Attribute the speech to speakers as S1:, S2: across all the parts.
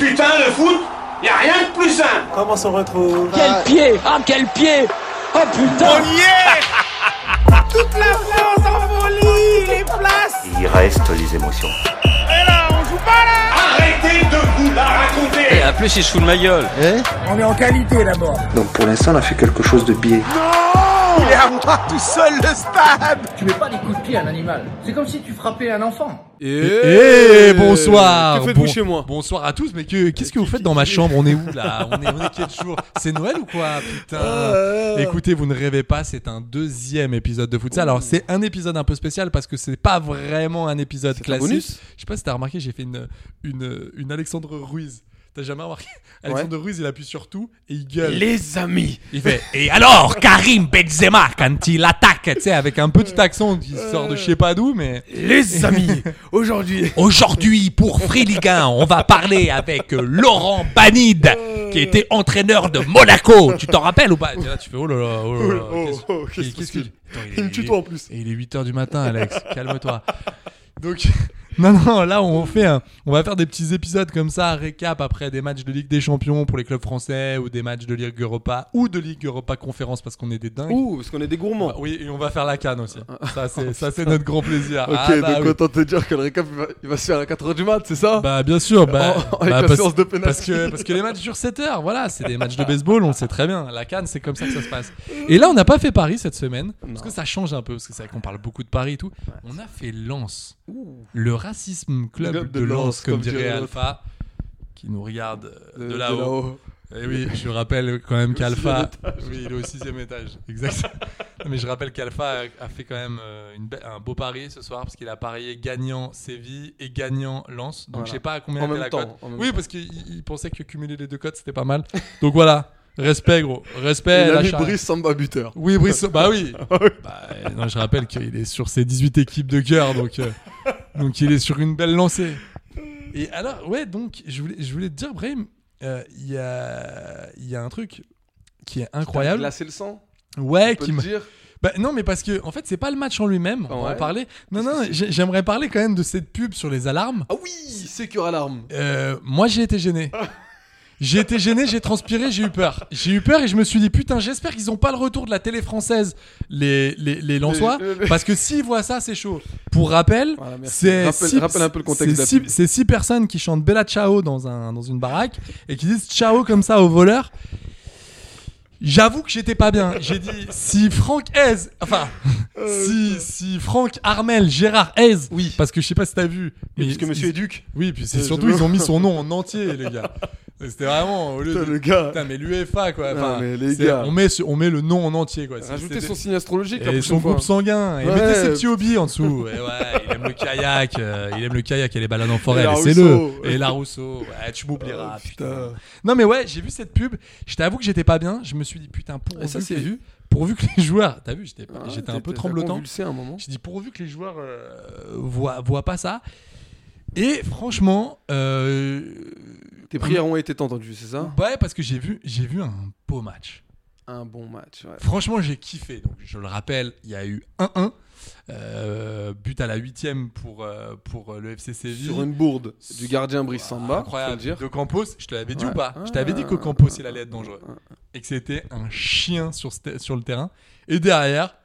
S1: Putain, le foot, y a rien de plus simple.
S2: Comment s'on retrouve
S3: Quel pied Ah, quel pied Oh putain
S1: y est Toute la France envolie les places.
S4: Il reste les émotions.
S1: Et là, on joue pas là. Arrêtez de vous la raconter.
S3: En plus, il se fout de ma gueule.
S5: Donc pour l'instant, on a fait quelque chose de biais.
S1: Il est à moi tout seul le stade.
S6: Tu mets pas des coups de pied à un animal. C'est comme si tu frappais un enfant.
S7: Eh, bonsoir.
S8: Que faites-vous
S7: Bon-
S8: chez moi
S7: Bonsoir à tous, mais que- qu'est-ce que vous faites dans ma chambre On est où là On est, on est quel jour C'est Noël ou quoi Putain.
S8: Oh.
S7: Écoutez, vous ne rêvez pas, c'est un deuxième épisode de Futsal. Alors, c'est un épisode un peu spécial parce que c'est pas vraiment un épisode
S8: C'est un
S7: classique.
S8: bonus
S7: Je sais pas si t'as remarqué, j'ai fait une, une, une Alexandre Ruiz. T'as jamais remarqué Alexandre Ruiz, il appuie sur tout et il gueule.
S8: Les amis.
S7: Il fait Et alors, Karim Benzema, quand il attaque, tu sais, avec un
S8: Euh.
S7: petit accent qui sort de je sais pas d'où, mais.
S8: Les amis. Aujourd'hui.
S7: Aujourd'hui, pour Free Ligue 1, on va parler avec euh, Laurent Banide,
S8: Euh.
S7: qui était entraîneur de Monaco. Tu t'en rappelles ou pas Et là, Tu fais oh là là, oh là là,
S8: Oh,
S7: qu'est-ce-
S8: oh, qu'est-ce
S7: qu'est- qu'est-ce
S8: qu'il-
S7: qu'il- Attends,
S8: il me
S7: est-
S8: tutoie en plus.
S7: Et il est 8h du matin, Alex. Calme-toi. Donc, non, non, là, on fait un- on va faire des petits épisodes comme ça, récap après des matchs de Ligue des Champions pour les clubs français ou des matchs de Ligue Europa ou de Ligue Europa Conférence parce qu'on est des dingues.
S8: Ouh, parce qu'on est des gourmands.
S7: Oui, et on va faire la canne aussi. Ça, c'est ça, c'est notre grand plaisir.
S8: Ok,
S7: Ah, bah
S8: donc
S7: oui.
S8: autant te dire que le récap il va, il va se faire à 4h du mat, c'est ça
S7: Bah bien sûr, bah,
S8: Oh, avec
S7: bah,
S8: la
S7: parce,
S8: séance de penalty.
S7: parce que parce que les matchs durent 7 heures, voilà, c'est des matchs de baseball, on le sait très bien. La canne, c'est comme ça que ça se passe. Et là, on n'a pas fait Paris cette semaine parce que ça change un peu parce que c'est vrai qu'on parle beaucoup de Paris et tout. On a fait Lens. Le racisme club,
S8: Club
S7: de,
S8: de
S7: Lens,
S8: Lens,
S7: comme,
S8: comme
S7: dirait
S8: dirait l'autre.
S7: Alpha qui nous regarde euh, de,
S8: De- de
S7: là-haut.
S8: là-haut.
S7: Et Eh oui, je rappelle quand même qu'Alpha, oui, il est au sixième étage, exact. Mais je rappelle qu'Alpha a, a fait quand même euh, une be- un beau pari ce soir parce qu'il a parié gagnant Séville et gagnant Lens. Donc
S8: Voilà.
S7: je sais pas à combien
S8: En
S7: était
S8: même
S7: la
S8: temps,
S7: cote.
S8: en même
S7: Oui, parce qu'il il pensait que cumuler les deux cotes c'était pas mal. Donc voilà, respect gros, respect.
S8: Il
S7: Eh, la
S8: a mis
S7: charrette.
S8: Brice Samba buteur.
S7: Oui, Brice. Bah oui.
S8: Ah
S7: Bah, euh, non, je rappelle qu'il est sur ses 18 équipes de cœur, donc, euh, donc il est sur une belle lancée. Et alors, ouais, donc je voulais, je voulais te dire, Brahim, euh, il y, a, il y a un truc qui est
S8: Il
S7: incroyable.
S8: a glacé le sang.
S7: Ouais,
S8: on peut
S7: qui
S8: le
S7: m'a-
S8: dire.
S7: bah, non, mais parce que en fait, c'est pas le match en lui-même. On va en
S8: Ouais.
S7: parler. Non,
S8: Qu'est-ce
S7: non,
S8: que
S7: j'ai- j'aimerais parler quand même de cette pub sur les alarmes.
S8: Ah oui, Secure Alarm.
S7: Euh, moi, j'ai été gêné. J'ai été gêné, j'ai transpiré, j'ai eu peur. J'ai eu peur et je me suis dit putain, j'espère qu'ils ont pas le retour de la télé française, les les les Lensois,
S8: Les- les-
S7: parce que s'ils voient ça, c'est chaud. Pour rappel,
S8: Voilà, merci.
S7: c'est
S8: Rappelle-
S7: six-
S8: rappelle un peu le contexte de
S7: C'est
S8: la
S7: six,
S8: pub.
S7: c'est six personnes qui chantent Bella Ciao dans un dans une baraque et qui disent ciao comme ça au voleur. J'avoue que j'étais pas bien. J'ai dit si Franck Hez, enfin si si Franck Armel Gérard Hez,
S8: Euh, Oui.
S7: parce que je sais pas si t'as vu, mais
S8: Parce que
S7: ils-
S8: monsieur est duc.
S7: oui, puis c'est
S8: Euh,
S7: surtout,
S8: je-
S7: ils ont mis son nom en entier, les gars. C'était vraiment au lieu
S8: Putain,
S7: de.
S8: le gars.
S7: Putain, mais l'UEFA, quoi.
S8: Non,
S7: Enfin,
S8: mais les
S7: c'est-
S8: gars.
S7: On met, ce- on met le nom en entier, quoi. C'est-
S8: Rajoutez
S7: c'est-
S8: son signe astrologique la
S7: Et
S8: prochaine
S7: son
S8: fois.
S7: groupe sanguin. Et
S8: Ouais.
S7: mettez ses petits hobbies en dessous. Et ouais, il aime le kayak. euh, il aime le kayak et les balades en forêt.
S8: Et la
S7: Laissez-le.
S8: Rousseau.
S7: Et la Rousseau. Ouais, tu m'oublieras,
S8: Ah,
S7: putain.
S8: putain.
S7: Non, mais ouais, j'ai vu cette pub. Je t'avoue que j'étais pas bien. Je me suis dit, putain, pourvu,
S8: Et ça, c'est
S7: que,
S8: vu.
S7: pourvu que les joueurs. T'as vu, j'étais pas-
S8: Ah,
S7: j'étais un
S8: t'as-
S7: peu
S8: t'as
S7: tremblotant.
S8: convulsé un moment.
S7: Je dis pourvu que les joueurs euh, voient, voient pas ça. Et franchement, euh,
S8: Tes prières ont été entendues, c'est ça
S7: ouais, parce que j'ai vu, j'ai vu un beau match.
S8: Un bon match, ouais.
S7: Franchement, j'ai kiffé. Donc, je le rappelle, il y a eu 1-1, euh, but à la huitième pour euh, pour euh, le FC Séville.
S8: Sur une bourde du gardien Brice Samba, faut le
S7: incroyable.
S8: dire.
S7: De Campos, je te l'avais dit
S8: Ouais.
S7: ou pas Je t'avais dit que
S8: Ah.
S7: Campos il allait être dangereux et que c'était un chien sur ce- sur le terrain. Et derrière,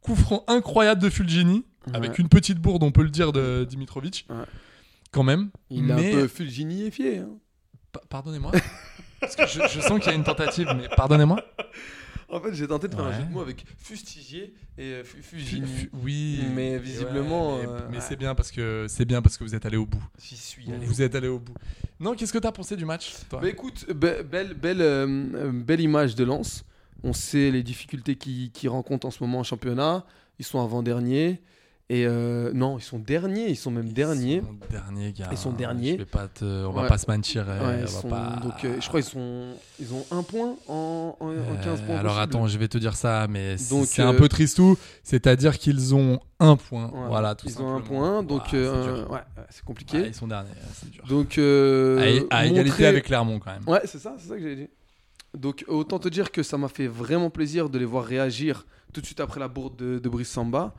S7: coup franc incroyable de Fulgini avec une petite bourde, on peut le dire, de Dimitrovic.
S8: Ouais.
S7: Quand même.
S8: Il est
S7: mais
S8: un peu fulginifié. Hein.
S7: Pa- Pardonnez-moi. Parce que je, je sens qu'il y a une tentative, mais pardonnez-moi.
S8: En fait, j'ai tenté de faire
S7: Ouais.
S8: un jeu de mots avec fustigier et euh, fu-
S7: Fu-
S8: fusil.
S7: fu- Oui,
S8: Mais
S7: ouais,
S8: visiblement,
S7: mais-
S8: euh,
S7: mais
S8: ouais.
S7: c'est bien parce que c'est bien parce que vous êtes allé au bout.
S8: J'y suis. allé.
S7: Vous êtes allé au bout. Non, qu'est-ce que t'as pensé du match toi
S8: Bah écoute, be- belle, belle, euh, euh, belle image de Lens. On sait les difficultés qu'ils qu'ils rencontrent en ce moment en championnat. Ils sont avant-dernier. Et euh, non, ils sont derniers. Ils sont même
S7: Ils
S8: derniers.
S7: sont derniers, gars.
S8: Ils sont derniers.
S7: Je vais pas te- On va
S8: Ouais.
S7: pas se mentir. euh,
S8: Ouais,
S7: on va
S8: ils sont-
S7: pas-
S8: Donc, euh, je crois qu'ils sont, ils ont un point en, en- en
S7: Euh,
S8: 15 points.
S7: Alors
S8: possibles.
S7: attends, je vais te dire ça, mais c'est-
S8: Donc,
S7: c'est un
S8: euh,
S7: peu tristou. C'est-à-dire qu'ils ont un point.
S8: Ouais,
S7: Voilà, tout
S8: ils
S7: simplement.
S8: ont un point, donc
S7: Ouah,
S8: euh,
S7: c'est dur.
S8: ouais, ouais, c'est compliqué.
S7: Ouais, ils sont derniers, ouais, c'est dur.
S8: donc euh,
S7: à, à égalité
S8: montrer-
S7: avec Clermont quand même.
S8: Ouais, c'est ça, c'est ça que j'ai dit. Donc autant te dire que ça m'a fait vraiment plaisir de les voir réagir tout de suite après la bourde de, de Brice Samba.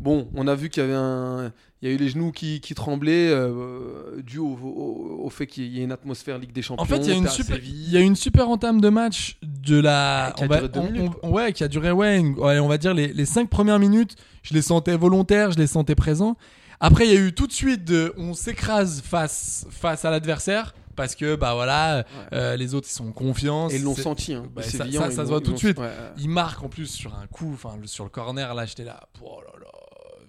S8: Bon, on a vu qu'il y avait un, il y a eu les genoux qui, qui tremblaient euh, dû au, au- au fait qu'il y ait une atmosphère Ligue des Champions.
S7: En fait, il y a une
S8: t'es à
S7: super,
S8: Séville.
S7: il y a une super entame de match de la,
S8: Qui a
S7: on va-
S8: duré deux
S7: on-
S8: minutes,
S7: on- ouais, qui a duré, ouais, une- ouais, on va dire les, les cinq premières minutes, je les sentais volontaires, je les sentais présents. Après, il y a eu tout de suite, de, on s'écrase face, face à l'adversaire parce que, bah voilà, euh, les autres ils sont en confiance.
S8: Et ils l'ont
S7: C'est-
S8: senti, hein.
S7: bah,
S8: Les
S7: ça-
S8: Sévillans,
S7: ça-
S8: ils
S7: ça se
S8: l'ont-
S7: voit
S8: ils
S7: tout de
S8: l'ont-
S7: suite.
S8: ouais, ouais.
S7: Il marque en plus sur un coup, enfin le- sur le corner là, j'étais là, oh là là,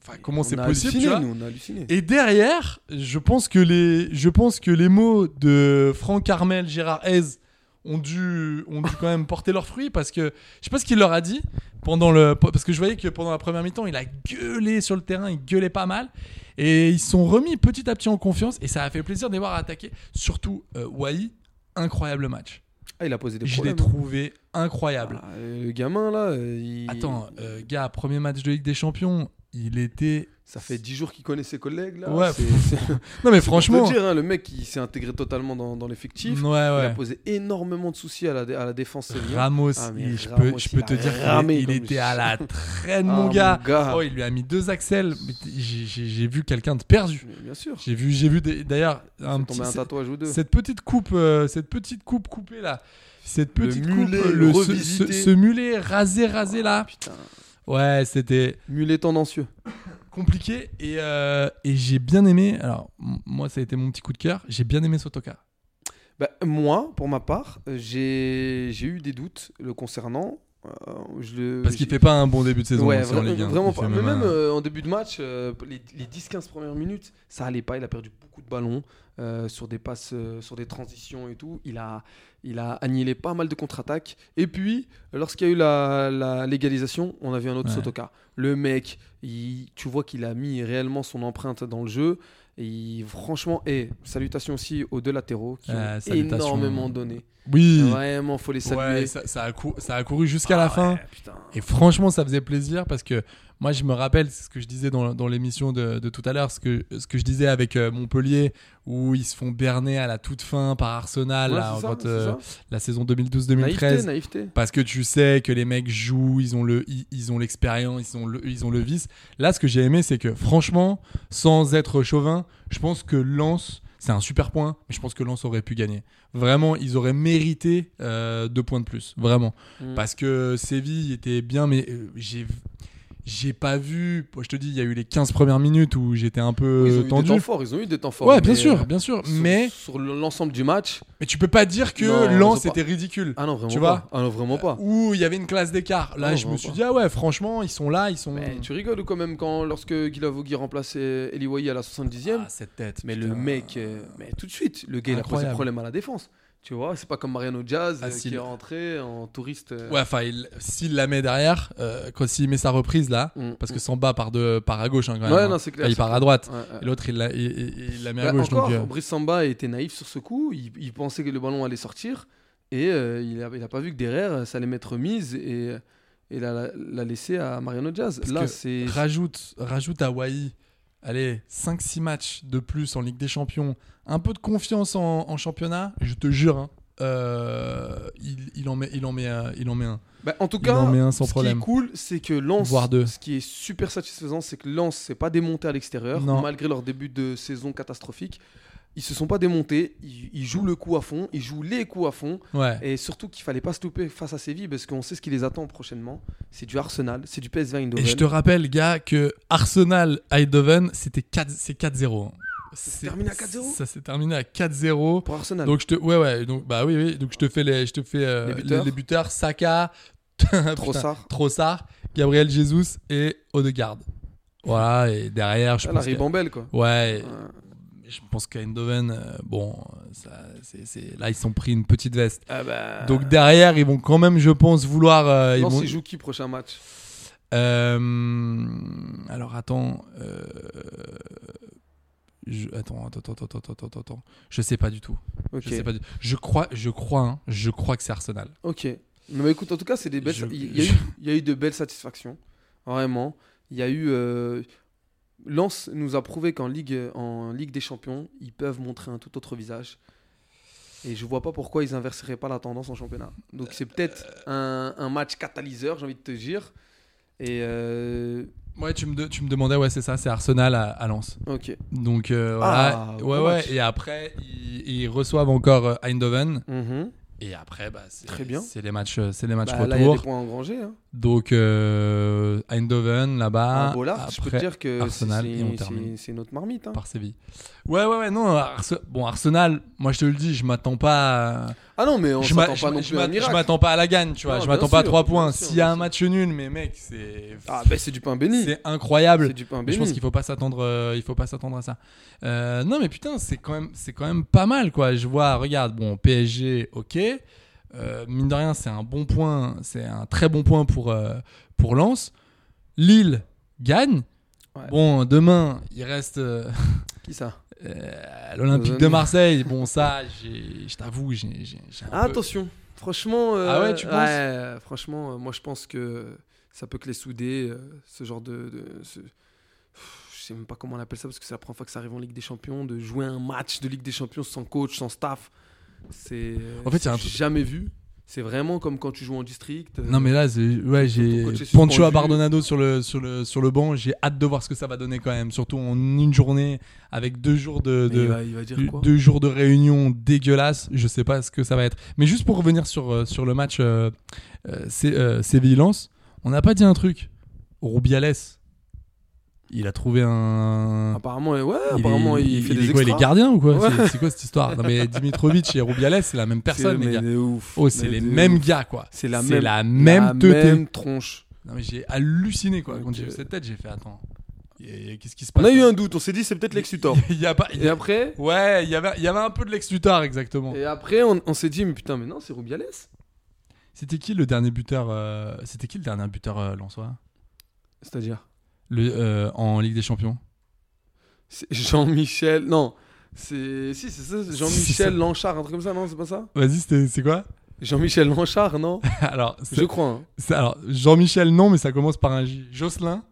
S7: enfin comment
S8: On
S7: c'est
S8: a
S7: possible, tu
S8: halluciné,
S7: vois
S8: nous, on a halluciné.
S7: et derrière, je pense que les, je pense que les mots de Franck Carmel, Gérard Hez ont dû, ont dû quand même porter leurs fruits parce que je sais pas ce qu'il leur a dit pendant le, parce que je voyais que pendant la première mi-temps, il a gueulé sur le terrain, il gueulait pas mal et ils se sont remis petit à petit en confiance et ça a fait plaisir de les voir attaquer. Surtout euh, Wai, incroyable match.
S8: Ah, il a posé des
S7: Je l'ai
S8: problèmes.
S7: trouvé incroyable.
S8: Ah, le gamin là, euh, il-
S7: Attends, euh, gars, premier match de Ligue des Champions, il était,
S8: ça fait 10 jours qu'il connaît ses collègues là.
S7: Ouais,
S8: C'est-
S7: pff,
S8: c'est-
S7: non mais
S8: c'est pour te
S7: franchement,
S8: dire, hein, le mec il s'est intégré totalement dans, dans l'effectif.
S7: ouais
S8: Il
S7: ouais.
S8: a posé énormément de soucis à la, dé- à la défense sévillane.
S7: Ramos,
S8: Ah, mais
S7: il- je,
S8: Ramos,
S7: peux, je peux
S8: il
S7: te
S8: a
S7: dire qu'il
S8: ramé
S7: il
S8: comme
S7: était
S8: le
S7: à la traîne,
S8: Ah,
S7: mon
S8: mon
S7: gars.
S8: gars.
S7: Oh, il lui a mis deux axels. Mais t- j'ai- J'ai j'ai vu quelqu'un de perdu.
S8: Mais Bien sûr.
S7: J'ai vu, j'ai vu des- d'ailleurs un
S8: Un
S7: petit.
S8: un
S7: c'est-
S8: tatouage ou deux.
S7: Cette petite coupe, euh, cette petite coupe coupée là, cette
S8: Le
S7: petite
S8: mulet
S7: coupe, le ce,
S8: revisité. Oh,
S7: ce- ce mulet rasé, rasé là.
S8: Putain.
S7: Ouais, c'était
S8: Mulet tendancieux.
S7: compliqué et, euh, et j'ai bien aimé. Alors m- moi, ça a été mon petit coup de cœur. J'ai bien aimé Sotoka.
S8: Bah, moi, pour ma part, euh, j'ai j'ai eu des doutes le concernant. Euh, je le-
S7: Parce qu'il
S8: j'ai-
S7: fait pas un bon début de saison
S8: Ouais,
S7: hein, sur
S8: vra-
S7: Ligue 1.
S8: vraiment
S7: Il fait
S8: pas. Mais
S7: un-
S8: même euh, en début de match, euh, les, les 10-15 premières minutes, ça allait pas. Il a perdu beaucoup de ballons euh, sur des passes, euh, sur des transitions et tout. Il a, il a annihilé pas mal de contre-attaques. Et puis, lorsqu'il y a eu la, la légalisation, on a vu un autre
S7: Ouais.
S8: Sotoka. Le mec, il- tu vois qu'il a mis réellement son empreinte dans le jeu. Et il- franchement, et salutations aussi aux deux latéraux qui
S7: Ah,
S8: ont
S7: salutations.
S8: énormément donné.
S7: Oui.
S8: Vraiment, faut les saluer.
S7: Ouais, ça, ça a cou- ça a couru jusqu'à la
S8: Ah
S7: fin.
S8: ouais, putain.
S7: Et franchement, ça faisait plaisir parce que moi, je me rappelle, c'est ce que je disais dans, dans l'émission de, de tout à l'heure, ce que, ce que je disais avec euh, Montpellier, où ils se font berner à la toute fin par Arsenal,
S8: Ouais,
S7: là,
S8: c'est ça,
S7: quand,
S8: c'est
S7: euh,
S8: ça.
S7: la saison
S8: Naïveté,
S7: 2012-2013.
S8: naïveté.
S7: Parce que tu sais que les mecs jouent, ils ont le, ils, ils ont l'expérience, ils ont le, ils ont le vice. Là, ce que j'ai aimé, c'est que franchement, sans être chauvin, je pense que Lens, c'est un super point, mais je pense que Lens aurait pu gagner. Vraiment, ils auraient mérité euh, deux points de plus, vraiment,
S8: Mm.
S7: parce que Séville était bien, mais euh, j'ai, j'ai pas vu. Je te dis, il y a eu les 15 premières minutes où j'étais un peu
S8: Ils ont eu
S7: tendu.
S8: des temps forts, ils ont eu des temps forts.
S7: Euh, ouais, bien
S8: mais, euh,
S7: sûr, bien sûr,
S8: sur-
S7: mais
S8: sur l'ensemble du match,
S7: mais tu peux pas dire que
S8: Non, ils ont
S7: Lens
S8: pas-
S7: était ridicule.
S8: ah non vraiment
S7: Tu
S8: pas.
S7: vois
S8: ah non vraiment pas.
S7: où il y avait une classe d'écart. Là,
S8: Non,
S7: je me
S8: vraiment
S7: suis
S8: pas.
S7: dit, ah ouais, franchement, ils sont là, ils sont.
S8: Mais tu rigoles ou quand même quand lorsque Guilavogui remplaçait Eliwayi à la 70e,
S7: Ah, cette tête.
S8: mais
S7: putain.
S8: le mec, euh, mais tout de suite, le gars il a posé
S7: Incroyable.
S8: problème à la défense. Tu vois, c'est pas comme Mariano Diaz euh,
S7: Facile.
S8: qui est rentré en touriste. euh,
S7: Ouais, enfin, il- s'il la met derrière, euh, quand s'il met sa reprise là,
S8: Mm,
S7: parce que
S8: mm.
S7: Samba part, de, part à gauche hein, quand
S8: Ouais,
S7: même.
S8: non,
S7: hein.
S8: c'est clair,
S7: Enfin, il
S8: c'est
S7: part à droite.
S8: ouais, ouais.
S7: Et l'autre, il, la- il- il- il la met à
S8: Là,
S7: gauche.
S8: Bah, encore,
S7: donc, euh,
S8: Brice Samba était naïf sur ce coup. Il, il pensait que le ballon allait sortir et euh, il, a, il a pas vu que derrière euh, ça allait mettre mise et euh, et l'a, la, l'a laissé à Mariano Diaz.
S7: Parce
S8: Là,
S7: que
S8: c'est
S7: euh, rajoute, rajoute à Hawaii, allez, 5-6 matchs de plus en Ligue des Champions, un peu de confiance en, en championnat, je te jure, hein, euh, il, il en met, il, en met, euh, il en met un.
S8: Bah, en tout
S7: Il
S8: cas,
S7: en met un sans
S8: ce qui
S7: problème.
S8: est cool, c'est que Lens,
S7: Voire deux.
S8: ce qui est super satisfaisant, c'est que Lens s'est pas démonté à l'extérieur,
S7: Non.
S8: malgré leur début de saison catastrophique. Ils se sont pas démontés, ils, ils jouent le coup à fond, ils jouent les coups à fond,
S7: Ouais.
S8: et surtout qu'il fallait pas se louper face à Séville parce qu'on sait ce qui les attend prochainement. C'est du Arsenal, c'est du PSV
S7: Et
S8: Eindhoven.
S7: je te rappelle, gars, que Arsenal Eindhoven, c'était 4 c'est 4-0. hein. C'est-
S8: terminé à 4-0?
S7: Ça s'est terminé à 4-0.
S8: Pour Arsenal.
S7: Donc je te ouais ouais donc bah oui oui donc je te fais les je te fais euh,
S8: Les buteurs.
S7: Saka
S8: Trossard.
S7: Trossard, Gabriel Jesus et Odegaard. Voilà, et derrière, je
S8: Ah, la
S7: pense. que-
S8: ribambelle, quoi.
S7: Ouais,
S8: Euh,
S7: je pense qu'à Eindhoven, euh, bon, ça, c'est- c'est- là, ils sont pris une petite veste.
S8: ah bah,
S7: Donc derrière, ils vont quand même, je pense, vouloir. euh, ils
S8: Lens,
S7: vont-
S8: il joue qui prochain match
S7: Euh, alors attends. euh, je- Attends, attends, attends, attends, attends, attends, attends. Je sais pas du tout.
S8: Ok.
S7: Je sais pas. du- Je crois, je crois, hein, je crois que c'est Arsenal.
S8: Ok. Non, mais écoute, en tout cas, c'est des belles.
S7: Je-
S8: Il, y a
S7: je-
S8: eu, il y a eu de belles satisfactions. Vraiment. Il y a eu. euh, Lens nous a prouvé qu'en Ligue, en Ligue des Champions, ils peuvent montrer un tout autre visage. Et je vois pas pourquoi ils inverseraient pas la tendance en championnat. Donc c'est peut-être
S7: Euh,
S8: un, un match catalyseur, j'ai envie de te dire. Et euh,
S7: Ouais, tu me, de- tu me demandais, ouais, c'est ça, c'est Arsenal à, à Lens.
S8: ok.
S7: Donc euh,
S8: Ah,
S7: voilà.
S8: bon
S7: ouais,
S8: match.
S7: ouais. Et après, ils, ils reçoivent encore euh, Eindhoven.
S8: Mhm.
S7: Et après, bah, c'est,
S8: Très bien.
S7: c'est les matchs, euh, c'est les matchs
S8: Bah, là, il y a
S7: retour.
S8: des points engrangés. hein.
S7: Donc euh, Eindhoven là-bas.
S8: Un Ah, Bollard, je peux te
S7: Ah, Après,
S8: dire que c'est-
S7: Arsenal, et on
S8: c'est- c'est
S7: termine.
S8: c'est notre marmite. hein.
S7: par Séville. Ouais, ouais, ouais, non. Arse- Bon, Arsenal, moi je te le dis, je m'attends pas. à-
S8: Ah non, mais on
S7: je m'a-
S8: s'attend
S7: je
S8: pas
S7: m'a-
S8: non
S7: je
S8: plus à
S7: m'a-
S8: un
S7: je
S8: miracle.
S7: m'attends pas à la gagne, tu vois.
S8: Non,
S7: je
S8: bien
S7: m'attends pas à
S8: sûr,
S7: 3
S8: bien
S7: points.
S8: sûr,
S7: S'il y a
S8: bien
S7: un
S8: sûr.
S7: match nul, mais mec, c'est.
S8: Ah bah c'est du pain béni.
S7: C'est incroyable.
S8: C'est du pain
S7: Mais
S8: béni.
S7: je pense qu'il faut pas s'attendre, euh, il faut pas s'attendre à ça. Euh, non, mais putain, c'est quand même, c'est quand même pas mal, quoi. Je vois, regarde, bon, PSG, ok. Euh, mine de rien, c'est un bon point, c'est un très bon point pour euh, pour Lens. Lille gagne.
S8: Ouais.
S7: Bon, demain, il reste euh,
S8: Qui ça
S7: euh, à l'Olympique de
S8: Lausanne.
S7: Marseille. Bon, ça, j'ai- je t'avoue, j'ai, j'ai- j'ai un
S8: Ah,
S7: peu-
S8: Attention. Franchement. euh,
S7: Ah ouais, tu penses
S8: ouais, franchement, euh, moi je pense que ça peut que les souder. euh, ce genre de. de- ce- Pff, Je sais même pas comment on appelle ça parce que c'est la première fois que ça arrive en Ligue des Champions de jouer un match de Ligue des Champions sans coach, sans staff. C'est.
S7: En fait, il y a un
S8: c'est
S7: truc-
S8: jamais vu. C'est vraiment comme quand tu joues en district. euh,
S7: Non mais là, c'est- ouais, j'ai
S8: coach est
S7: Pancho
S8: suspendu.
S7: Abardonado sur le sur le sur le banc. J'ai hâte de voir ce que ça va donner quand même, surtout en une journée avec deux jours de,
S8: mais
S7: de-
S8: il, va, il va dire
S7: du-
S8: quoi
S7: deux jours de réunion dégueulasse. Je sais pas ce que ça va être. Mais juste pour revenir sur euh, sur le match euh, euh, c'est euh, Séville-Lens, on n'a pas dit un truc. Rubiales, il a trouvé un.
S8: Apparemment, ouais,
S7: Mm. il est-
S8: apparemment il, fait
S7: il
S8: des
S7: est quoi, Il est
S8: extras.
S7: gardien ou quoi
S8: Ouais.
S7: C'est- C'est quoi cette histoire Non mais Dimitrovic et Rubiales, c'est la même personne
S8: C'est-
S7: les gars.
S8: mais de ouf.
S7: Oh, c'est
S8: Mais
S7: les
S8: de
S7: mêmes
S8: ouf.
S7: gars quoi.
S8: C'est la
S7: C'est
S8: même,
S7: la même
S8: la
S7: teuté.
S8: même tronche.
S7: Non mais j'ai halluciné quoi. Quand
S8: Ok.
S7: j'ai vu cette tête, j'ai fait attends. y- y- Qu'est-ce qui se
S8: On
S7: passe
S8: a eu
S7: là
S8: un doute, on s'est dit c'est peut-être Lex Luthor.
S7: Il y a pas. il y
S8: Et
S7: a-
S8: après,
S7: Ouais, il y avait, il y avait un peu de Lex Luthor exactement.
S8: et après on, on s'est dit mais putain mais non c'est Rubiales.
S7: C'était qui le dernier buteur euh, C'était qui le dernier buteur euh, lensois
S8: C'est-à-dire
S7: le, euh, en Ligue des Champions
S8: c'est Jean-Michel, non. C'est si c'est ça, c'est
S7: Si, c'est ça.
S8: Jean-Michel Lanchard, un truc comme ça, non, c'est pas ça
S7: Vas-y, c'était- c'est quoi
S8: Jean-Michel Lanchard, non
S7: Alors, c'est-
S8: Je crois. hein.
S7: c'est- alors Jean-Michel non, mais ça commence par un J. Jocelyn.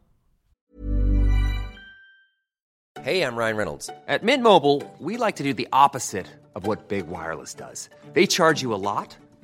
S2: Hey, I'm Ryan Reynolds. At Mint Mobile, we like to do the opposite of what Big Wireless does. They charge you a lot,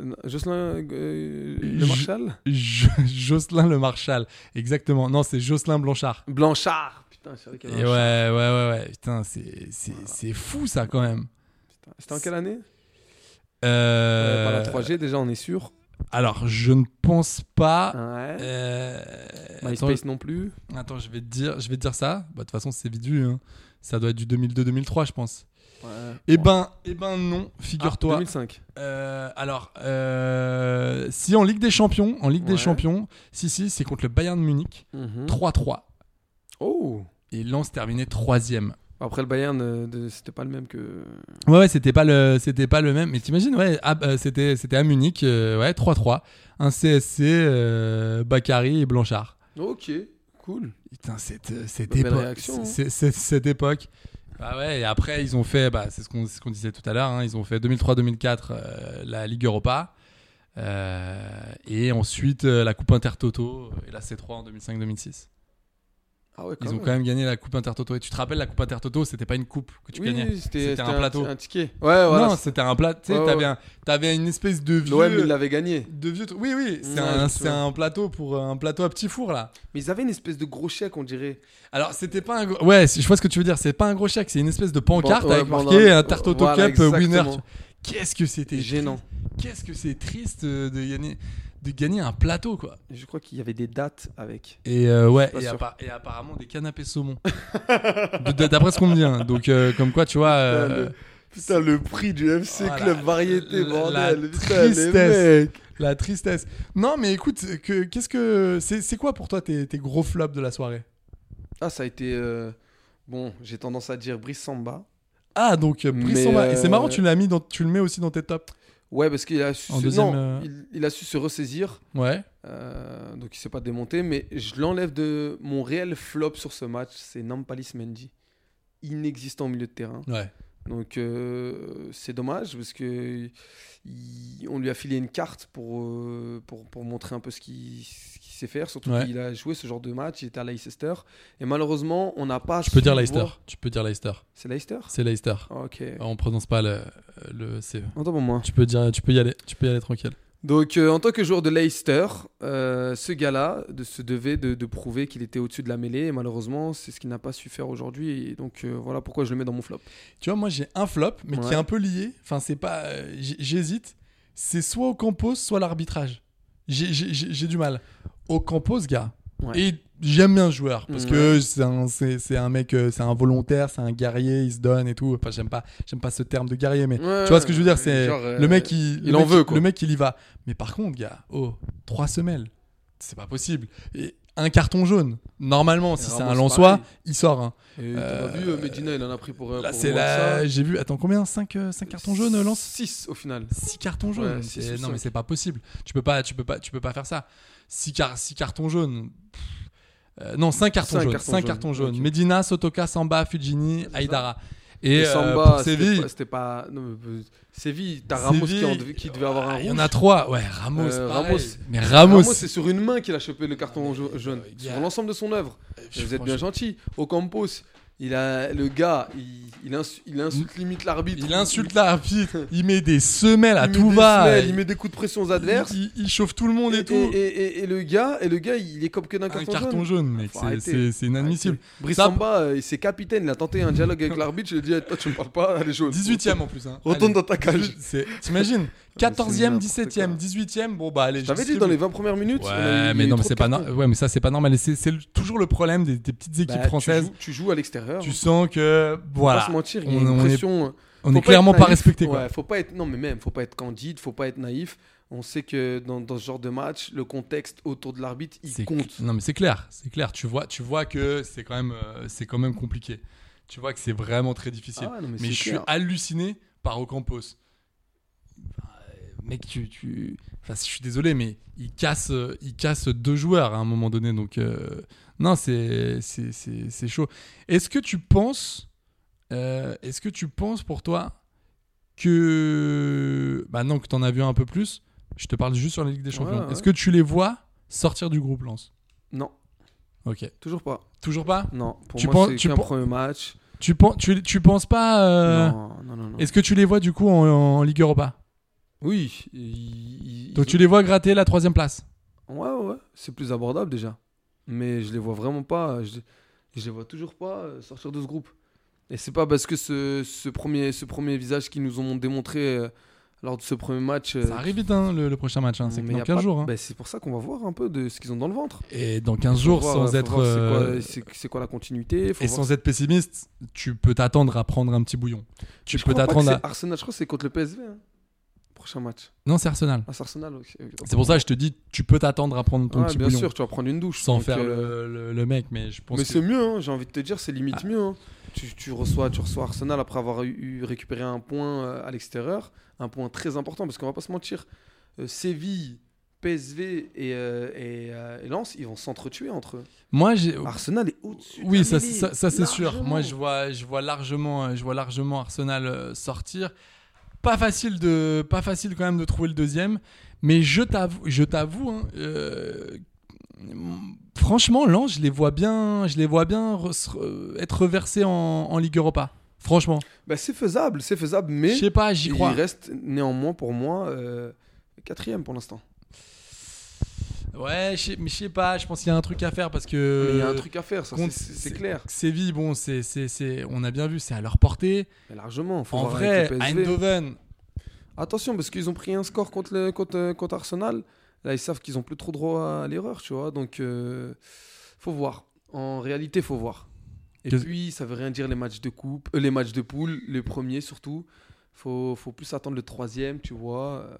S8: Non, Jocelyn euh,
S7: Je-
S8: le Marshal
S7: Jo- Jocelyn le Marshal. Exactement. Non, c'est Jocelyn Blanchard.
S8: Blanchard. Putain, c'est vrai qu'il y
S7: Et ouais,
S8: avait un
S7: ouais, ouais, ouais. Putain, c'est c'est- c'est fou ça quand même.
S8: Char- C'était en quelle année
S7: Euh,
S8: Pas la 3G déjà, on est sûr.
S7: Alors, je ne pense pas.
S8: Ouais.
S7: Euh, attends,
S8: MySpace non plus.
S7: attends, je vais te dire, je vais te dire ça. Bah, De toute façon, c'est vidu. hein. Ça doit être du 2002-2003, je pense.
S8: Ouais.
S7: Eh ben, eh ben non,
S8: Ah,
S7: figure-toi.
S8: 2005.
S7: Euh, alors, euh, si en Ligue des Champions, en Ligue
S8: Ouais. Mmh.
S7: des Champions, si si, c'est contre le Bayern de Munich,
S8: Mhm.
S7: 3-3.
S8: Oh
S7: Et Lens terminait troisième.
S8: Après le Bayern, euh, de- c'était pas le même que.
S7: Ouais, ouais, c'était pas le, c'était pas le même. Mais t'imagines, ouais, ah, bah, c'était, c'était à Munich, euh, ouais, 3-3. Un CSC, euh, Bakary et Blanchard.
S8: Ok, cool.
S7: Putain, cette, euh, cette
S8: Belle
S7: époque.
S8: réaction, hein.
S7: c'est- c'est- cette époque. Bah ouais, et après, ils ont fait, bah, c'est ce qu'on c'est ce qu'on disait tout à l'heure, hein, ils ont fait 2003-2004 euh, la Ligue Europa. euh, et ensuite euh, la Coupe Intertoto et la C3 en 2005-2006.
S8: Ah ouais, quand
S7: Ils ont
S8: même.
S7: quand même gagné la Coupe Intertoto. Et tu te rappelles, la Coupe Intertoto, c'était pas une coupe que tu
S8: Oui,
S7: gagnais.
S8: oui, c'était
S7: un plateau.
S8: Un, ticket. Ouais, Ah, voilà.
S7: Non, c'était un plat. Tu sais,
S8: Ouais, ouais.
S7: t'avais, un- t'avais une espèce de vieux.
S8: L'OM, il l'avait gagné.
S7: de vieux trucs. Oui, oui, c'est,
S8: Ouais, je
S7: un,
S8: me
S7: c'est
S8: souviens.
S7: un plateau pour euh, un plateau à petit four là.
S8: Mais ils avaient une espèce de gros chèque, on dirait.
S7: Alors, c'était pas un gros. Ouais, je vois ce que tu veux dire. C'est pas un gros chèque, c'est une espèce de pancarte
S8: Bon, ouais,
S7: avec
S8: bon,
S7: marqué
S8: non,
S7: un Tarte Auto
S8: voilà,
S7: Cup euh, winner.
S8: exactement.
S7: Tu- Qu'est-ce que c'était
S8: Gênant.
S7: Qu'est-ce que c'est triste euh, de gagner, de gagner un plateau quoi.
S8: Je crois qu'il y avait des dates avec.
S7: Et euh, ouais,
S8: pas
S7: et,
S8: sûr.
S7: appa- et apparemment des canapés saumon. De- de- D'après ce qu'on me dit. hein. Donc, euh, comme quoi, tu vois. euh,
S8: Putain, le prix du FC
S7: Voilà,
S8: Club Variété,
S7: la-
S8: bordel.
S7: la
S8: putain, les
S7: tristesse.
S8: mecs.
S7: La tristesse. Non, mais écoute, que- qu'est-ce que c'est c'est quoi pour toi tes, tes gros flops de la soirée
S8: Ah, ça a été. euh, Bon, j'ai tendance à dire Brice Samba.
S7: Ah, donc euh,
S8: Mais,
S7: Brisson va- Et c'est marrant,
S8: euh,
S7: tu l'as mis dans, tu le mets aussi dans tes tops.
S8: Ouais, parce qu'il a su.
S7: En
S8: se-
S7: deuxième,
S8: non,
S7: euh,
S8: il, il a su se ressaisir.
S7: Ouais.
S8: euh, donc il s'est pas démonté, mais je l'enlève de mon réel flop sur ce match, c'est Nampalis Mendy, inexistant au milieu de terrain.
S7: Ouais.
S8: Donc euh, c'est dommage parce que il- on lui a filé une carte pour, euh, pour, pour montrer un peu ce qu'il ce qu'il sait faire. Surtout
S7: Ouais.
S8: qu'il a joué ce genre de match, il était à Leicester. Et malheureusement, on n'a pas.
S7: Tu peux
S8: su
S7: dire
S8: le
S7: Leicester.
S8: voir.
S7: Tu peux dire Leicester.
S8: C'est Leicester Ah,
S7: C'est Leicester.
S8: Ok.
S7: On prononce pas le, le CE.
S8: Entends pour moi.
S7: Tu peux dire, tu peux y aller, tu peux y aller tranquille.
S8: Donc, euh, en tant que joueur de Leicester, euh, ce gars-là de- se devait de, de prouver qu'il était au-dessus de la mêlée. Et malheureusement, c'est ce qu'il n'a pas su faire aujourd'hui. Et donc, euh, voilà pourquoi je le mets dans mon flop.
S7: Tu vois, moi j'ai un flop, mais qui
S8: Ouais.
S7: est un peu lié. Enfin, c'est pas, euh, j'- j'hésite. C'est soit au Campos, soit l'arbitrage. J'ai- J'ai j'ai- j'ai du mal. Au Campos, gars.
S8: Ouais.
S7: Et j'aime bien ce joueur parce que c'est un, c'est- c'est un mec, euh, c'est un volontaire, c'est un guerrier, il se donne et tout. Enfin, j'aime pas, j'aime pas ce terme de guerrier, mais
S8: Ouais,
S7: tu vois ce que je veux dire, c'est
S8: genre, euh,
S7: le mec il,
S8: il
S7: le
S8: en
S7: mec,
S8: veut, quoi.
S7: le mec il y va. Mais par contre, gars, oh, trois semelles, c'est pas possible. Et un carton jaune, normalement, si
S8: Et
S7: c'est
S8: Ramos,
S7: un Lensois,
S8: pareil.
S7: il sort. hein.
S8: Et t'as pas vu, euh, Medina, il en a pris pour.
S7: Là, c'est la... J'ai vu, attends, combien 5 cartons jaunes, euh, Lance
S8: 6 au final.
S7: 6 cartons jaunes.
S8: Ouais,
S7: C'est-
S8: six ou
S7: non, mais
S8: cinq.
S7: c'est pas possible. Tu peux pas, tu peux pas, tu peux pas faire ça. 6 cartons jaunes. Pff. Euh, non, 5 cartons
S8: Cinq
S7: jaunes.
S8: cartons
S7: 5
S8: jaunes,
S7: cartons jaunes.
S8: ok.
S7: Medina, Sotoka, Samba, Fujini, Aidara. Et,
S8: Et
S7: euh,
S8: Samba,
S7: pour
S8: c'était
S7: Séville,
S8: pas- c'était pas. non, mais, euh, Séville, t'as Ramos qui, en devait- qui devait avoir un
S7: Ah,
S8: rouge.
S7: Il y en a 3. Ouais, Ramos.
S8: Euh,
S7: pareil.
S8: Ramos.
S7: Mais Ramos.
S8: c'est sur une main qu'il a chopé le carton jau- jaune.
S7: il y a-
S8: Sur l'ensemble de son œuvre.
S7: je-
S8: Vous êtes bien gentil. Au Campos, il a, le gars, il, il insu- il insulte limite l'arbitre.
S7: Il insulte l'arbitre. il met des semelles à
S8: Il met
S7: Ah, tout
S8: des
S7: va.
S8: semelles, il met des coups de pression aux adverses.
S7: il- il chauffe tout le monde
S8: Et,
S7: et,
S8: et-
S7: tout.
S8: et- et- et le gars, et le gars, il est comme que d'un
S7: un
S8: carton,
S7: Ah, carton jaune, mec,
S8: Faut
S7: c'est-
S8: arrêter.
S7: c'est c'est inadmissible. Ça-
S8: Brissamba, euh, c'est capitaine. Il a tenté un dialogue avec l'arbitre. Je lui ai dit, Eh, toi, tu me parles pas, elle est jaune.
S7: 18ème en plus. Hein.
S8: Retourne
S7: Allez.
S8: dans ta cage.
S7: C'est- T'imagines 14ème,
S8: n'importe
S7: 17ème,
S8: quoi.
S7: 18ème. Bon, bah allez,
S8: Je
S7: je
S8: t'avais dit
S7: distribue.
S8: dans les 20 premières minutes. on a eu- il y
S7: Ouais,
S8: a
S7: mais
S8: eu
S7: non, mais
S8: trop
S7: c'est
S8: de
S7: pas
S8: cartons.
S7: no- ouais, mais ça, c'est pas normal. Et C'est c'est le- toujours le problème des, des petites équipes
S8: Bah,
S7: françaises.
S8: Tu joues, tu joues à l'extérieur.
S7: euh, Tu, sens que. Voilà.
S8: Pas se mentir, il y a
S7: on,
S8: une
S7: on est,
S8: pression. euh,
S7: on est
S8: Faut
S7: clairement
S8: être
S7: pas
S8: naïf.
S7: respecté, quoi.
S8: Ouais, faut pas être non mais même faut pas être candide, faut pas être naïf. On sait que dans, dans ce genre de match, le contexte autour de l'arbitre, il
S7: C'est-
S8: compte.
S7: Non, mais c'est clair, c'est clair. Tu vois, tu vois que c'est quand même, euh, c'est quand même compliqué. Tu vois que c'est vraiment très difficile.
S8: Ah ouais, non, mais
S7: mais
S8: c'est
S7: je suis
S8: clair.
S7: halluciné par Ocampos. Enfin, euh, Mec, tu, tu- Enfin, je suis désolé, mais il casse, euh, il casse deux joueurs à un moment donné. Donc, euh, non, c'est, c'est, c'est, c'est chaud. Est-ce que tu penses, euh, est-ce que tu penses pour toi que, bah non, que t'en as vu un peu plus. Je te parle juste sur la Ligue des Champions.
S8: Ouais, ouais.
S7: Est-ce que tu les vois sortir du groupe Lance
S8: Non,
S7: Ok.
S8: toujours pas.
S7: Toujours pas
S8: Non, pour
S7: Tu
S8: moi
S7: penses-
S8: c'est
S7: tu
S8: qu'un
S7: pen-
S8: premier match.
S7: tu, pen- tu, tu penses pas. euh,
S8: Non, non, non, non.
S7: Est-ce que tu les vois du coup en, en Ligue Europa
S8: Oui, il- il-
S7: Donc
S8: ils-
S7: tu les vois gratter la troisième place
S8: Ouais, ouais, ouais, c'est plus abordable déjà. Mais je les vois vraiment pas. Je, je les vois toujours pas euh, sortir de ce groupe. Et c'est pas parce que ce, ce premier ce premier visage qu'ils nous ont démontré euh, lors de ce premier match. euh,
S7: Ça arrive vite hein, le, le prochain match, hein, c'est que
S8: Mais y
S7: dans
S8: a
S7: 15
S8: pas-
S7: jours. hein.
S8: bah, c'est pour ça qu'on va voir un peu de ce qu'ils ont dans le ventre.
S7: Et dans 15 jours,
S8: Faut voir,
S7: sans
S8: faut
S7: être.
S8: voir c'est quoi-
S7: euh,
S8: C'est c'est quoi la continuité faut
S7: et
S8: voir-
S7: sans être pessimiste, tu peux t'attendre à prendre un petit bouillon. Tu
S8: Je
S7: peux
S8: crois pas que
S7: t'attendre à.
S8: c'est Arsenal, je crois que c'est contre le PSV. hein. Prochain match.
S7: Non, c'est Arsenal.
S8: Ah, c'est Arsenal. ok.
S7: C'est pour ça que je te dis, tu peux t'attendre à prendre ton
S8: Ouais,
S7: petit
S8: Ah, bien
S7: bouillon.
S8: sûr, tu vas prendre une douche.
S7: Sans
S8: donc,
S7: faire
S8: euh,
S7: le, le- le mec, mais je pense
S8: Mais
S7: que- Ah.
S8: c'est mieux, hein, j'ai envie de te dire, c'est limite mieux. hein. Tu, tu reçois, tu reçois Arsenal après avoir eu, eu récupéré un point euh, à l'extérieur, un point très important, parce qu'on va pas se mentir, euh, Séville, PSV et, euh, et, euh, et Lens, ils vont s'entretuer entre eux.
S7: Moi, j'ai.
S8: Arsenal est au-dessus. de la
S7: Oh. Oui, ça,
S8: mêlée,
S7: ça, ça, c'est sûr.
S8: largement.
S7: Moi, je vois, je vois largement, euh, je vois largement Arsenal euh, sortir. Pas facile de, pas facile quand même de trouver le deuxième. Mais je t'avoue, je t'avoue, hein, euh, Franchement, l'ange, je les vois bien, je les vois bien re- se- re- être reversés en, en Ligue Europa. Franchement,
S8: Bah, c'est faisable, c'est faisable, mais
S7: je sais pas, j'y
S8: il
S7: crois.
S8: reste néanmoins pour moi euh, quatrième pour l'instant.
S7: Ouais, je sais- mais je sais pas, je pense qu'il y a un truc à faire parce
S8: Mais
S7: que.
S8: il y a un truc à faire, ça, c'est-
S7: Euh, contre-
S8: c'est c'est clair.
S7: Séville, bon, c'est, c'est, c'est, on a bien vu, c'est à leur portée.
S8: Mais largement, faut
S7: en
S8: voir
S7: vrai,
S8: avec le
S7: à
S8: PSV.
S7: Eindhoven,
S8: Attention, parce qu'ils ont pris un score contre, le- contre, euh, contre Arsenal. Là, ils savent qu'ils ont plus trop droit à l'erreur, tu vois. Donc, euh, faut voir. En réalité, faut voir. Et
S7: Que-
S8: puis, ça veut rien dire les matchs de coupe, euh, les matchs de poule, les premiers surtout. Faut, faut plus attendre le troisième, tu vois. Euh, le
S7: Ouais,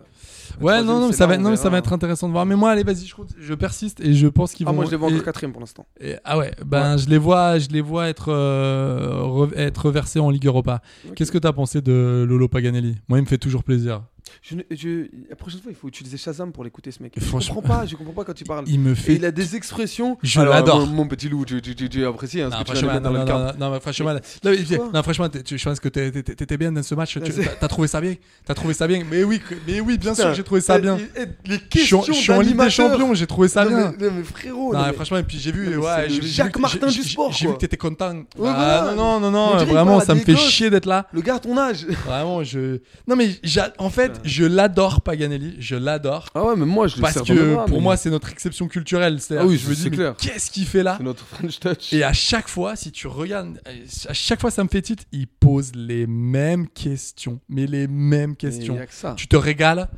S8: troisième,
S7: non, non, mais
S8: c'est
S7: ça
S8: là,
S7: va,
S8: on
S7: non, mais ça va
S8: verra.
S7: être intéressant de voir. Mais moi, allez, vas-y, je, compte- je persiste et je pense qu'ils
S8: Ah,
S7: vont.
S8: moi, je les vois
S7: et-
S8: encore quatrième pour l'instant.
S7: et- ah ouais, ben je les vois, je les vois être euh, re- être reversés en Ligue Europa. Qu'est-ce que t'as pensé de Lolo Paganelli Moi, il me fait toujours plaisir.
S8: Je ne- je- la prochaine fois, il faut utiliser Shazam pour l'écouter, ce mec.
S7: Et
S8: Je
S7: franchement-
S8: comprends pas, je comprends pas quand il parle.
S7: Il me
S8: Et
S7: fait.
S8: il a des expressions.
S7: Je
S8: Alors,
S7: l'adore.
S8: Mon, mon petit loup, tu, tu, tu, tu apprécies hein, ce
S7: Non,
S8: que tu viens de
S7: franchement,
S8: mettre
S7: non,
S8: dans
S7: non,
S8: le cadre.
S7: non, non, mais franchement,
S8: Mais
S7: là- non, mais viens,
S8: quoi
S7: non, franchement, t'es- tu- je pense que t'es- t'es- t'étais bien dans ce match. tu-
S8: Vas-y.
S7: t'as- T'as trouvé ça bien T'as trouvé ça bien Mais oui, que- mais oui, bien sûr,
S8: Putain,
S7: que j'ai trouvé ça
S8: eh,
S7: bien.
S8: eh,
S7: Je
S8: Les
S7: suis
S8: questions
S7: en- je suis en Ligue des
S8: d'animateur.
S7: Champions, j'ai trouvé ça
S8: Non,
S7: bien.
S8: mais- non, mais frérot,
S7: Non,
S8: Oh, non,
S7: mais
S8: mais-
S7: franchement, et puis j'ai vu,
S8: Non, mais
S7: ouais,
S8: c'est
S7: j'ai
S8: le
S7: vu-
S8: Jacques
S7: j'ai-
S8: Martin
S7: j'ai-
S8: du
S7: j'ai-
S8: sport,
S7: J'ai vu
S8: quoi.
S7: que t'étais content. Ah,
S8: voilà.
S7: non, non, non,
S8: On
S7: non,
S8: dirait
S7: vraiment,
S8: qu'il parle
S7: ça
S8: à
S7: me
S8: des
S7: fait
S8: gosses.
S7: chier d'être là.
S8: le gars à ton âge.
S7: Vraiment, je. Non, mais j'a- en fait, je l'adore, Paganelli, je l'adore.
S8: Ah ouais, mais moi je le
S7: Parce
S8: serre dans mes
S7: que
S8: bras,
S7: pour
S8: mais-
S7: moi, c'est notre exception culturelle. C'est-à-dire
S8: Ah oui,
S7: que je me
S8: c'est
S7: dis, mais
S8: clair.
S7: qu'est-ce qu'il fait là
S8: c'est notre French Touch.
S7: et à chaque fois, si tu regardes, à chaque fois ça me fait titre, il pose les mêmes questions, mais les mêmes questions.
S8: y a que Ah. ça.
S7: Tu te régales,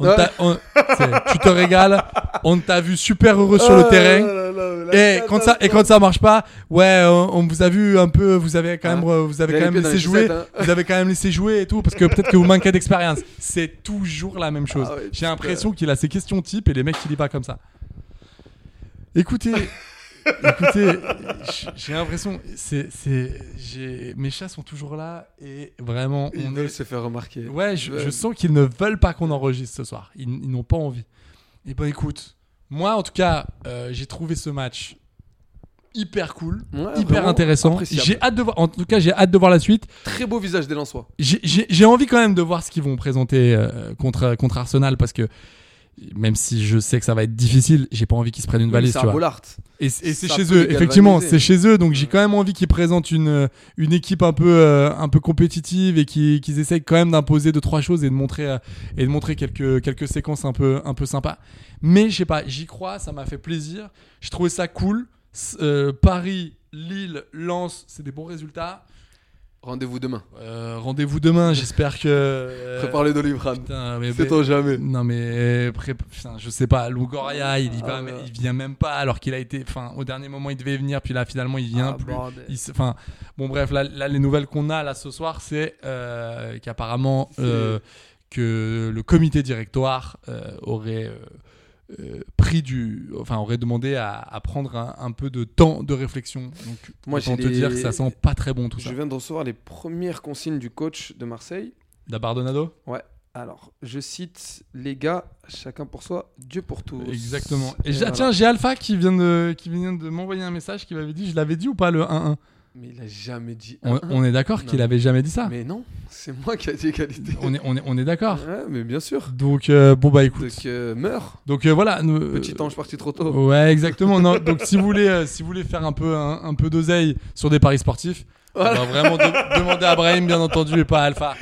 S7: on
S8: Ouais.
S7: t'a- on- c'est- tu te régales, on t'a vu super heureux sur
S8: Ah
S7: le terrain.
S8: là là là là,
S7: Et
S8: la
S7: quand ça et quand ça marche pas, ouais, on, on vous a vu un peu, vous avez quand même,
S8: Hein
S7: euh, vous avez
S8: Il a
S7: quand
S8: les
S7: même
S8: pieds dans
S7: laissé
S8: les
S7: jouer,
S8: chaussettes, hein.
S7: vous avez quand même laissé jouer et tout, parce que peut-être que vous manquez d'expérience. C'est toujours la même chose.
S8: Ah ouais,
S7: J'ai
S8: putain.
S7: l'impression qu'il a ses questions types et les mecs il y va comme ça. Écoutez, écoutez, j- j'ai l'impression, c'est, c'est, j'ai, mes chats sont toujours là et vraiment,
S8: Ils
S7: on
S8: veulent
S7: est,
S8: se faire remarquer.
S7: Ouais, je,
S8: Ils
S7: je
S8: veulent.
S7: sens qu'ils ne veulent pas qu'on enregistre ce soir. Ils, ils n'ont pas envie. Et ben écoute, moi en tout cas, euh, j'ai trouvé ce match hyper cool,
S8: Ouais,
S7: hyper
S8: Ah, vraiment
S7: intéressant.
S8: appréciable.
S7: J'ai hâte de voir. En tout cas, j'ai hâte de voir la suite.
S8: Très beau visage des Lensois.
S7: J'ai- J'ai j'ai envie quand même de voir ce qu'ils vont présenter euh, contre contre Arsenal parce que même si je sais que ça va être difficile, j'ai pas envie qu'ils se prennent une valise,
S8: C'est
S7: tu
S8: un
S7: vois.
S8: Bollard.
S7: Et, c- et c'est
S8: Ça
S7: chez
S8: peut les
S7: eux, effectivement,
S8: galvaniser.
S7: c'est chez eux. Donc j'ai quand même envie qu'ils présentent une, euh, une équipe un peu, euh, un peu compétitive et qui- qu'ils essayent quand même d'imposer deux trois choses et de montrer, euh, et de montrer quelques, quelques séquences un peu, un peu sympas. Mais je sais pas, j'y crois, ça m'a fait plaisir. J'ai trouvé ça cool. S- euh, Paris, Lille, Lens, c'est des bons résultats.
S8: Rendez-vous demain.
S7: Euh, Rendez-vous demain. J'espère que. euh,
S8: Prépare le Doliprane.
S7: putain, mais- mais-
S8: C'est jamais.
S7: non mais euh, après, putain, je sais pas, Longoria, il y va,
S8: Ah,
S7: mais il vient même pas alors qu'il a été, enfin au dernier moment il devait venir, puis là finalement il vient
S8: Ah,
S7: plus.
S8: bordel.
S7: Il se- Enfin bon bref, là, là, les nouvelles qu'on a là ce soir, c'est euh, qu'apparemment euh, que le comité directoire euh, aurait euh, euh, pris du, enfin aurait demandé à, à prendre un, un peu de temps de réflexion. Donc
S8: Moi,
S7: autant
S8: j'ai
S7: te
S8: les-
S7: dire que ça sent pas très bon tout
S8: Je
S7: ça.
S8: viens de recevoir les premières consignes du coach de Marseille.
S7: D'Abardonado
S8: Ouais. Alors, je cite les gars, chacun pour soi, Dieu pour tous.
S7: Exactement. Et,
S8: Et
S7: j'ai- ah,
S8: voilà.
S7: tiens, j'ai Alpha qui vient de, qui vient de m'envoyer un message qui m'avait dit, je l'avais dit ou pas le 1-1
S8: Mais il a jamais dit.
S7: On,
S8: un, un.
S7: on est d'accord qu'il
S8: Non.
S7: avait jamais dit ça.
S8: Mais non, c'est moi qui ai dit égalité.
S7: On est, on est, on est d'accord.
S8: Ouais, mais bien sûr.
S7: Donc euh, bon bah écoute.
S8: Donc, euh, meurs.
S7: Donc euh, voilà. nous-
S8: Petit ange parti trop tôt.
S7: Ouais, exactement. Non, donc si vous voulez, euh, si vous voulez faire un peu un, un peu d'oseille sur des paris sportifs, on va vraiment de- demander à Brahim bien entendu et pas à Alpha.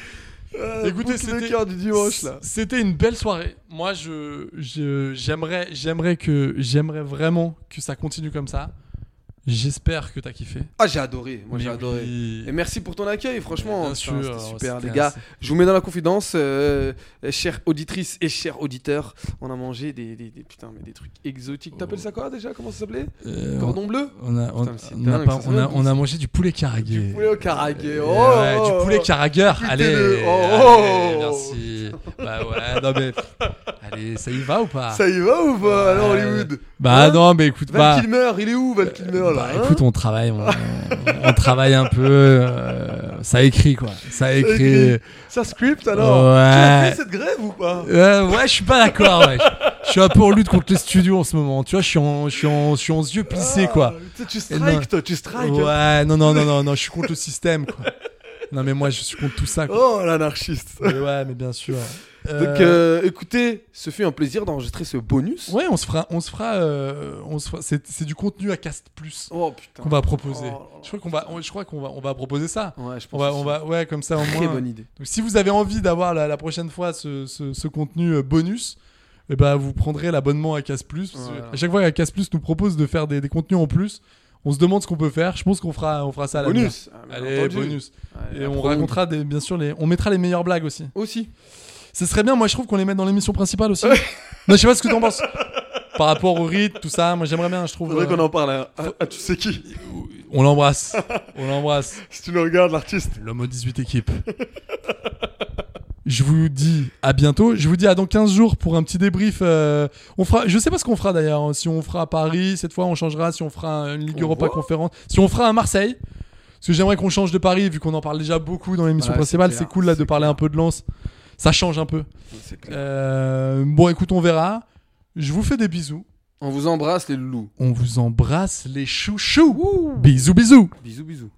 S8: Euh,
S7: oh. Écoutez,
S8: boucle le
S7: c'était-
S8: cœur du dimanche là.
S7: C'était une belle soirée. Moi, je je- j'aimerais j'aimerais que j'aimerais vraiment que ça continue comme ça. J'espère que t'as kiffé.
S8: Ah, j'ai adoré. Moi,
S7: Mais
S8: j'ai adoré.
S7: oui.
S8: Et merci pour ton accueil, franchement.
S7: Bien
S8: Putain,
S7: sûr,
S8: c'était super,
S7: c'était
S8: les gars.
S7: assez-
S8: Je vous mets dans la confidence, euh, euh, chères auditrices et chers auditeurs. On a mangé des, des, des- putain, mais des trucs exotiques. T'appelles ça quoi déjà Comment ça s'appelait
S7: Oh. Euh,
S8: Cordon bleu
S7: On a, on,
S8: Putain, mais c'est
S7: on a
S8: dingue,
S7: pas-
S8: ça, ça
S7: on a-
S8: va,
S7: on a
S8: ça.
S7: mangé du poulet carragé.
S8: Du poulet au karagué.
S7: Euh,
S8: Oh,
S7: ouais,
S8: oh,
S7: du
S8: oh.
S7: poulet carragueur.
S8: Putain,
S7: Allez,
S8: le- oh,
S7: allez,
S8: oh.
S7: merci. Bah ouais, non mais. Allez, ça y va ou pas
S8: Ça y va ou pas Alors,
S7: Ouais.
S8: Hollywood
S7: Bah
S8: Hein
S7: non, mais écoute,
S8: Val
S7: bah.
S8: Kilmer, il est où Val Kilmer là
S7: bah,
S8: hein
S7: écoute, on travaille, on, on travaille un peu. euh, ça écrit quoi, ça écrit.
S8: écrit. Ça script alors
S7: Ouais.
S8: Tu as fait cette grève ou pas
S7: Euh, ouais, je suis pas d'accord. Ouais. Je suis un peu en lutte contre les studios en ce moment. Tu vois, je suis en, je suis en, je suis en yeux plissés quoi.
S8: Ah, tu- Tu
S7: Et non.
S8: strikes toi, tu strikes
S7: Ouais, non, non, non, non, non, je suis contre le système quoi. Non mais moi, je suis contre tout ça. Quoi.
S8: Oh l'anarchiste
S7: Mais ouais, mais bien sûr.
S8: Oh. Donc euh, écoutez, ce fut un plaisir d'enregistrer ce bonus.
S7: Ouais, on se fera, on se fera, euh, on se fera- c'est, c'est du contenu à cast plus
S8: Oh putain.
S7: qu'on va proposer.
S8: Oh là là.
S7: je crois qu'on va, on- je crois qu'on va, on va proposer ça.
S8: Ouais, je
S7: On
S8: pense.
S7: va,
S8: que
S7: on
S8: c'est
S7: va, ouais, comme ça au
S8: une
S7: moins.
S8: Très bonne idée.
S7: Donc, si vous avez envie d'avoir la, la prochaine fois ce, ce- ce contenu euh, bonus, eh ben, vous prendrez l'abonnement à Casse Plus. parce que
S8: Voilà.
S7: À chaque fois qu'Acasse Plus nous propose de faire des, des contenus en plus, on se demande ce qu'on peut faire. Je pense qu'on fera, on fera ça à la
S8: Bonus. Ah, bien
S7: Allez,
S8: entendu.
S7: bonus.
S8: Allez,
S7: Et
S8: la
S7: on
S8: promo.
S7: racontera des- bien sûr les, on mettra les meilleures blagues aussi.
S8: aussi.
S7: Ce serait bien, moi je trouve qu'on les mette dans l'émission principale aussi. non, je sais pas ce que t'en penses. Par rapport au rite, tout ça, moi j'aimerais bien, je trouve.
S8: Faudrait
S7: euh,
S8: qu'on en parle à, à- à tu sais qui.
S7: On l'embrasse. On l'embrasse.
S8: Si tu le regardes, l'artiste.
S7: L'homme aux 18 équipes. Je vous dis à bientôt. Je vous dis à dans 15 jours pour un petit débrief. euh, on fera, je sais pas ce qu'on fera d'ailleurs. hein. Si on fera à Paris, cette fois on changera. Si on fera une Ligue
S8: On
S7: Europa
S8: voit.
S7: conférence. Si on fera à Marseille. Parce que j'aimerais qu'on change de Paris vu qu'on en parle déjà beaucoup dans l'émission
S8: Ouais, c'est
S7: principale.
S8: clair,
S7: C'est cool là de
S8: c'est
S7: parler
S8: clair.
S7: un peu de Lens. Ça change un peu.
S8: C'est clair.
S7: Euh, bon, écoute, on verra. Je vous fais des bisous.
S8: On vous embrasse les loulous.
S7: On vous embrasse les chouchous. Bisous, bisous.
S8: Bisous bisous.